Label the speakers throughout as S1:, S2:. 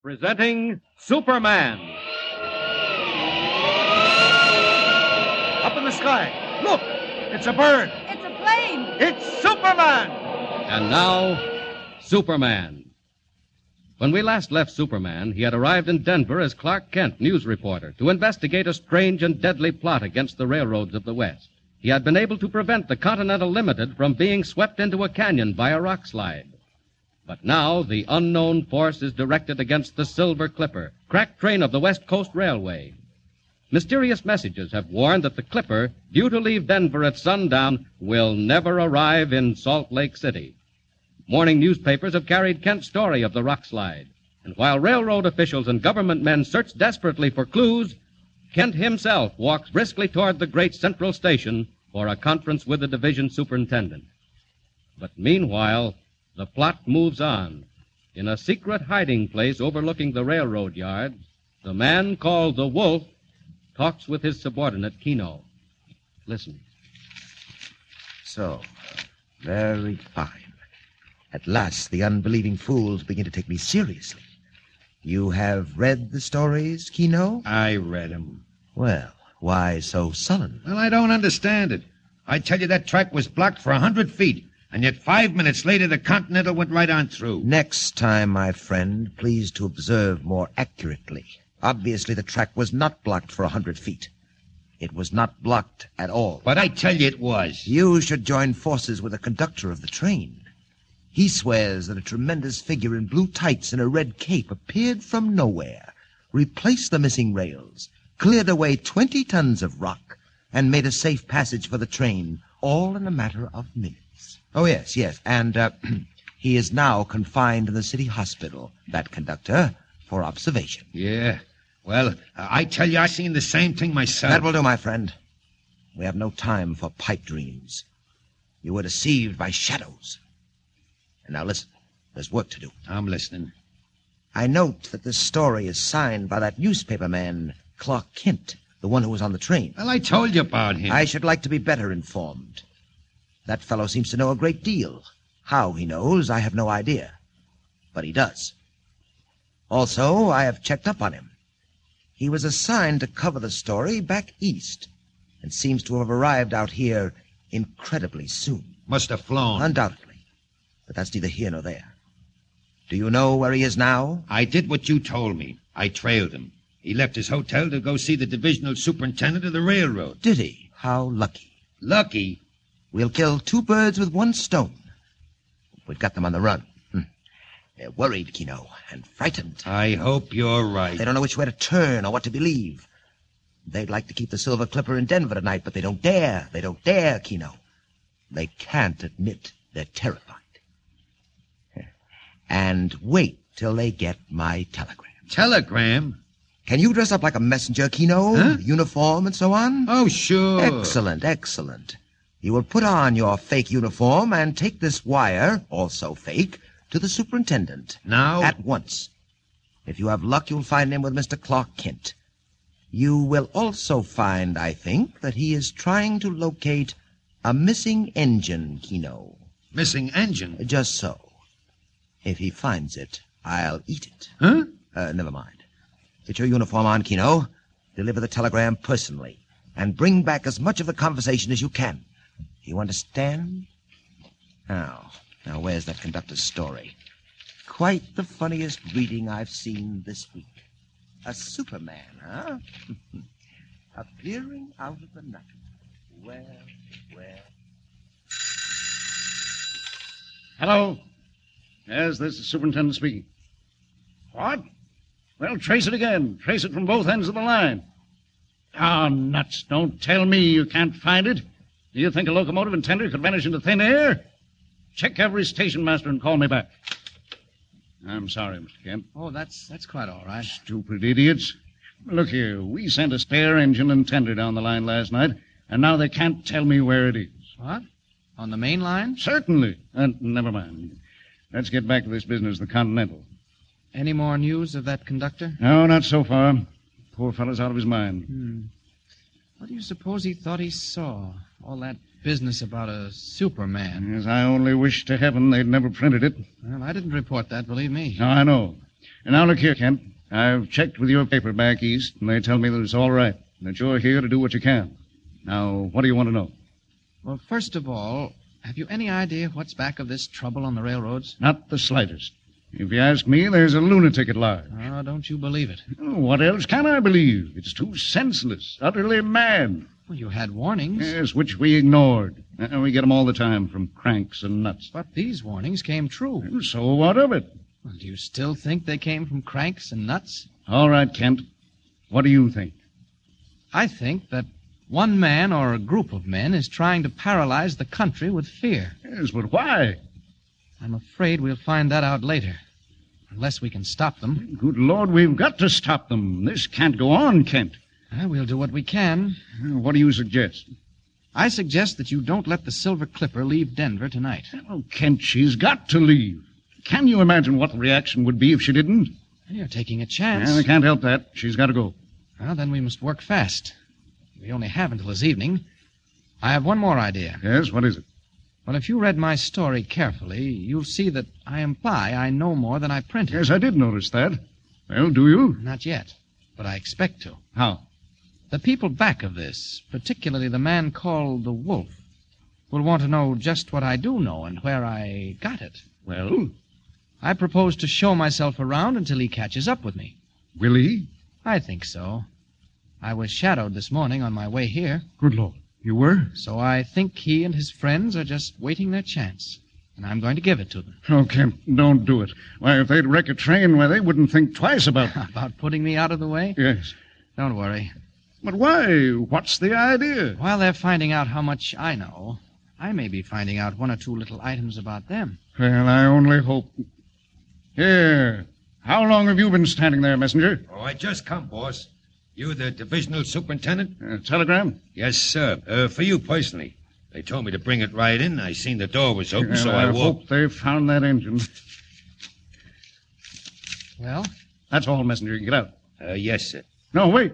S1: presenting Superman. Up in the sky. Look! It's a bird.
S2: It's a plane.
S1: It's Superman! And now, Superman. When we last left Superman, he had arrived in Denver as Clark Kent, news reporter, to investigate a strange and deadly plot against the railroads of the West. He had been able to prevent the Continental Limited from being swept into a canyon by a rock slide. But now the unknown force is directed against the Silver Clipper, crack train of the West Coast Railway. Mysterious messages have warned that the Clipper, due to leave Denver at sundown, will never arrive in Salt Lake City. Morning newspapers have carried Kent's story of the rock slide. And while railroad officials and government men search desperately for clues, Kent himself walks briskly toward the great central station for a conference with the division superintendent. But meanwhile, the plot moves on. In a secret hiding place overlooking the railroad yards, the man called the Wolf talks with his subordinate, Kino. Listen.
S3: So, very fine. At last, the unbelieving fools begin to take me seriously. You have read the stories, Kino?
S4: I read him.
S3: Well, why so sullen?
S4: Well, I don't understand it. I tell you, that track was blocked for a hundred feet, and yet five minutes later the Continental went right on through.
S3: Next time, my friend, please to observe more accurately. Obviously, the track was not blocked for a hundred feet. It was not blocked at all.
S4: But I tell you, it was.
S3: You should join forces with the conductor of the train. He swears that a tremendous figure in blue tights and a red cape appeared from nowhere, replaced the missing rails, cleared away 20 tons of rock, and made a safe passage for the train, all in a matter of minutes. Oh, yes, yes. And uh, he is now confined in the city hospital, that conductor, for observation.
S4: Yeah. Well, I tell you, I seen the same thing myself.
S3: That will do, my friend. We have no time for pipe dreams. You were deceived by shadows. And now listen, there's work to do.
S4: I'm listening.
S3: I note that this story is signed by that newspaper man, Clark Kent, the one who was on the train.
S1: Oh,
S4: Well, I told you about him.
S3: I should like to be better informed. That fellow seems to know a great deal. How he knows, I have no idea. But he does. Also, I have checked up on him. He was assigned to cover the story back east and seems to have arrived out here incredibly soon.
S4: Must have flown.
S3: Undoubtedly. But that's neither here nor there. Do you know where he is now?
S4: I did what you told me. I trailed him. He left his hotel to go see the divisional superintendent of the railroad.
S3: Did he? How lucky.
S4: Lucky.
S3: We'll kill two birds with one stone. We've got them on the run. Hmm. They're worried, Kino, and frightened.
S4: I hope you're right.
S3: They don't know which way to turn or what to believe. They'd like to keep the Silver Clipper in Denver tonight, but they don't dare. They don't dare, Kino. They can't admit they're terrified. And wait till they get my telegram.
S4: Telegram?
S3: Can you dress up like a messenger, Kino?
S4: Huh?
S3: Uniform and so on?
S4: Oh, sure.
S3: Excellent, excellent. You will put on your fake uniform and take this wire, also fake, to the superintendent.
S1: Oh.
S4: Now?
S3: At once. If you have luck, you'll find him with Mr. Clark Kent. You will also find, I think, that he is trying to locate a missing engine, Kino.
S4: Missing
S5: Uh,
S4: engine.
S3: Just so. If he finds it, I'll eat it.
S4: Huh?
S3: Uh, never mind. Get your uniform on, Kino. Deliver the telegram personally. And bring back as much of the conversation as you can. You understand? Now, now where's that conductor's story? Quite the funniest reading I've seen this week. A Superman, huh? Appearing out of the nothing. Well, well.
S5: Hello? Yes, this is Superintendent speaking. What? Well, trace it again. Trace it from both ends of the line. Ah, nuts. Don't tell me you can't find it. Do you think a locomotive and tender could vanish into thin air? Check every station master and call me back. I'm sorry, Mr. Kent.
S6: Oh, that's that's quite all right.
S5: Stupid idiots. Look here, we sent a spare engine and tender down the line last night, and now they can't tell me where it is.
S6: What? On the main line?
S5: Certainly. And never mind. Let's get back to this business, the Continental.
S6: Any more news of that conductor?
S5: No, not so far. Poor fellow's out of his mind.
S6: Hmm. What do you suppose he thought he saw? All that business about a Superman.
S5: Yes, I only wish to heaven they'd never printed it.
S6: Well, I didn't report that, believe me.
S5: Now, I know. And now look here, Kent. I've checked with your paper back east, and they tell me that it's all right, and that you're here to do what you can. Now, what do you want to know?
S1: Well, first of all, have you any idea what's back of this trouble on the railroads?
S5: Not the slightest. If you ask me, there's a lunatic at large.
S1: Oh, don't you believe it.
S5: Oh, What else can I believe? It's too senseless, utterly mad.
S1: Well, you had warnings,
S5: Yes, which we ignored. Uh, we get 'em all the time from cranks and nuts.
S1: but these warnings came true.
S5: So what of it?
S1: Well, do you still think they came from cranks and nuts?
S5: All right, Kent. What do you think?
S1: I think that one man or a group of men is trying to paralyze the country with fear.
S5: Yes, but why?
S1: I'm afraid we'll find that out later. Unless we can stop them.
S5: Good Lord, we've got to stop them. This can't go on, Kent.
S1: Uh, we'll do what we can.
S5: Uh, What do you suggest?
S1: I suggest that you don't let the Silver Clipper leave Denver tonight.
S5: Oh, Kent, she's got to leave. Can you imagine what the reaction would be if she didn't?
S1: You're taking a
S5: Yeah, I
S1: chance.
S5: can't help that. She's got to go.
S1: Well, then we must work fast. We only have until this evening. I have one more idea.
S5: Yes, what is it?
S1: Well, if you read my story carefully, you'll see that I imply I know more than I printed.
S5: Yes, I did notice that. Well, do you?
S1: Not yet, but I expect to.
S5: How?
S1: The people back of this, particularly the man called the Wolf, will want to know just what I do know and where I got it.
S5: Well,
S1: I propose to show myself around until he catches up with me.
S5: will he?
S1: I think so. I was shadowed this morning on my way here,
S5: Good Lord. You were?
S1: so I think he and his friends are just waiting their chance, and I'm going to give it to them.
S5: Oh, Kent, don't do it. Why, if they'd wreck a train, why, they wouldn't think twice about it.
S1: About putting me out of the way?
S5: yes.
S1: Don't worry.
S5: But why? What's the idea?
S1: While they're finding out how much I know, I may be finding out one or two little items about them.
S5: Well, I only hope. Here. How long have you been standing there, messenger?
S7: Oh, I just come, boss. You the divisional superintendent?
S5: A Uh, telegram?
S7: Yes, sir. Uh, for you personally. They told me to bring it right in. I seen the door was open, so
S5: Well,
S7: I
S5: I
S7: walked.
S5: hope they found that engine.
S1: Well,
S5: That's all, messenger. Get out.
S7: Uh, yes, sir.
S5: No, wait.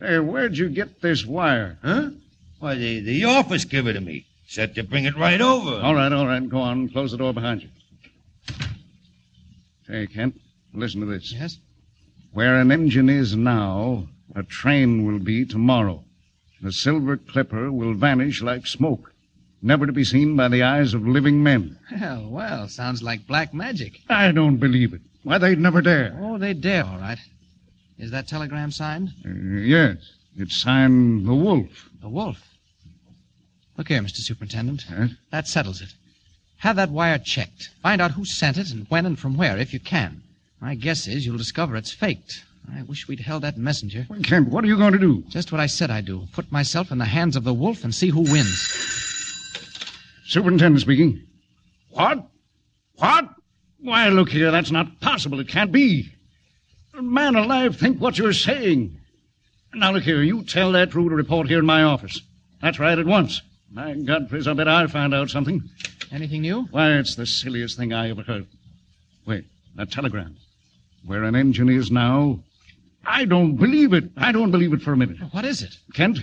S5: Say, where'd you get this wire?
S7: Huh? Why, the, the office give it to me. Said to bring it right over.
S5: All right, all right. Go on. Close the door behind you. Say, Kent, listen to this.
S1: yes?
S5: Where an engine is now, a train will be tomorrow. The silver clipper will vanish like smoke, never to be seen by the eyes of living men.
S1: Well, well, sounds like black magic.
S5: I don't believe it. Why, they'd never dare.
S1: Oh, they dare, all right. Is that telegram signed?
S5: Uh, yes, it's signed The Wolf.
S1: The wolf. Look here, Mr. Superintendent.
S5: Huh?
S1: That settles it. Have that wire checked. Find out who sent it and when and from where, if you can. My guess is you'll discover it's faked. I wish we'd held that messenger.
S5: Well, Kent, what are you going to do?
S1: Just what I said I'd do. Put myself in the hands of the wolf and see who wins.
S5: Superintendent speaking. What? What? Why, look here, that's not possible. It can't be. Man alive, think what you're saying. Now, look here, you tell that crew to report here in my office. That's right, at once. My God, Frizz, I bet I found out something.
S1: Anything new?
S5: Why, it's the silliest thing I ever heard. Wait, that telegram. Where an engine is now. I don't believe it. I don't believe it for a minute.
S1: What is it?
S5: Kent,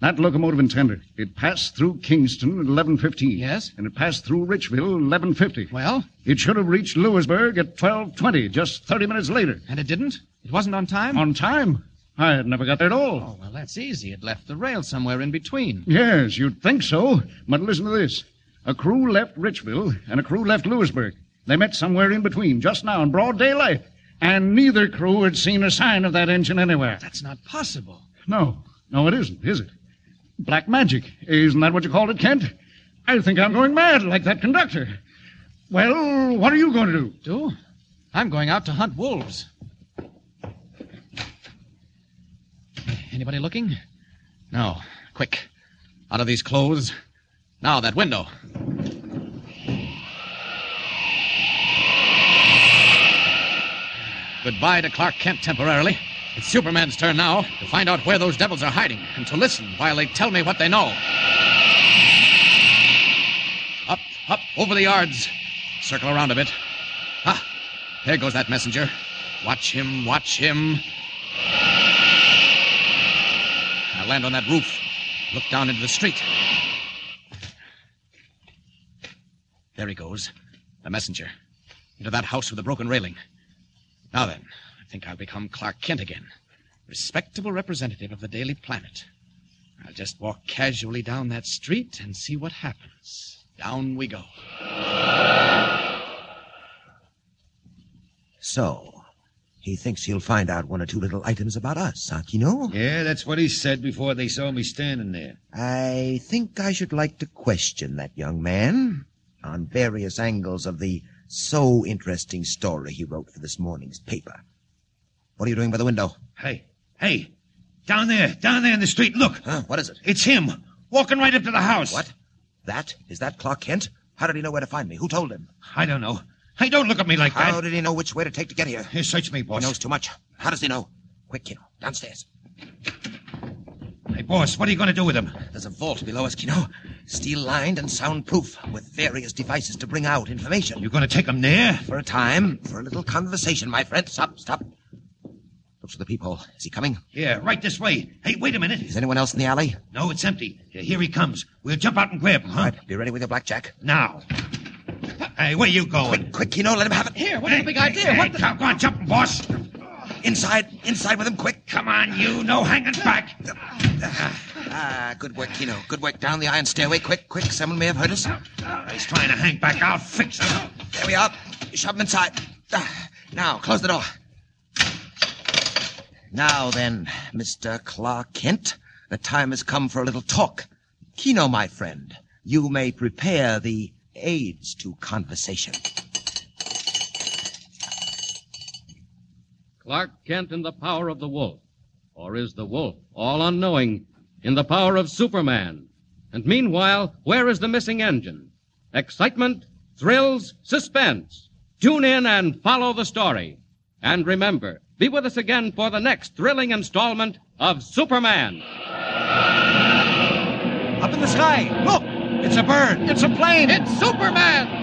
S5: that locomotive intender. It passed through Kingston at eleven fifteen.
S1: Yes?
S5: And it passed through Richville eleven fifty.
S1: Well,
S5: It should have reached Lewisburg at twelve twenty, just thirty minutes later.
S1: and it didn't? It wasn't on time?
S5: On time. I had never got there at all.
S1: Oh, well, that's easy. It left the rail somewhere in between.
S5: Yes, you'd think so. But listen to this. A crew left Richville and a crew left Lewisburg. They met somewhere in between, just now in broad daylight. And neither crew had seen a sign of that engine anywhere.
S1: That's not possible.
S5: No, no, it isn't, is it? Black magic. Isn't that what you called it, Kent? I think I'm going mad like that conductor. Well, what are you going to do?
S1: Do? I'm going out to hunt wolves. Anybody looking? No. Quick. Out of these clothes. Now, that window. Goodbye to Clark Kent temporarily. It's Superman's turn now to find out where those devils are hiding and to listen while they tell me what they know. Up, up, over the yards. Circle around a bit. Ah, there goes that messenger. Watch him, watch him. Now land on that roof. Look down into the street. There he goes. The messenger. Into that house with the broken railing. Now then, I think I'll become Clark Kent again. Respectable representative of the Daily Planet. I'll just walk casually down that street and see what happens. Down we go.
S3: So, he thinks he'll find out one or two little items about us, Aquino.
S7: Yeah, that's what he said before they saw me standing there.
S3: I think I should like to question that young man on various angles of the so interesting story he wrote for this morning's paper. What are you doing by the window?
S7: Hey, hey, down there, down there in the street, look.
S3: Huh? What is it?
S7: It's him, walking right up to the house.
S3: What? That? Is that Clark Kent? How did he know where to find me? Who told him?
S7: I don't know. Hey, don't look at me like
S3: How
S7: that.
S3: did he know which way to take to get here?
S7: Here, search me,
S3: He
S7: boss.
S3: knows too much. How does he know? Quick, Kino. Downstairs.
S7: Hey, boss, what are you going to do with him?
S3: There's a vault below us, Kino. Steel lined and soundproof, with various devices to bring out information.
S7: You going to take him there?
S3: For a time, for a little conversation, my friend. Stop, stop. Look through the peephole. Is he coming?
S7: Yeah, right this way. Hey, wait a minute.
S3: Is anyone else in the alley?
S7: No, it's empty. Yeah, Here he comes. We'll jump out and grab him, huh?
S3: All right, be ready with your blackjack.
S7: Now. Hey, where you going?
S3: Quick, Kino, let him have it.
S7: Here, what's the big idea? what the... Come on, jump, boss.
S3: Inside, inside with him, quick.
S7: Come on, you. No hanging back.
S3: Ah, good work, Kino. Good work. Down the iron stairway, quick, quick. Someone may have heard us.
S7: He's trying to hang back. I'll fix him.
S3: There we are. Shove him inside. Ah, Now, close the door. Now then, Mr. Clark Kent, the time has come for a little talk. Kino, my friend, you may prepare the aids to conversation.
S8: Clark Kent in the power of the wolf? Or is the wolf, all unknowing, in the power of Superman? And meanwhile, where is the missing engine? Excitement, thrills, suspense. Tune in and follow the story. And remember, be with us again for the next thrilling installment of Superman.
S3: Up in the sky, look!
S7: It's a bird.
S5: It's a plane.
S8: It's Superman!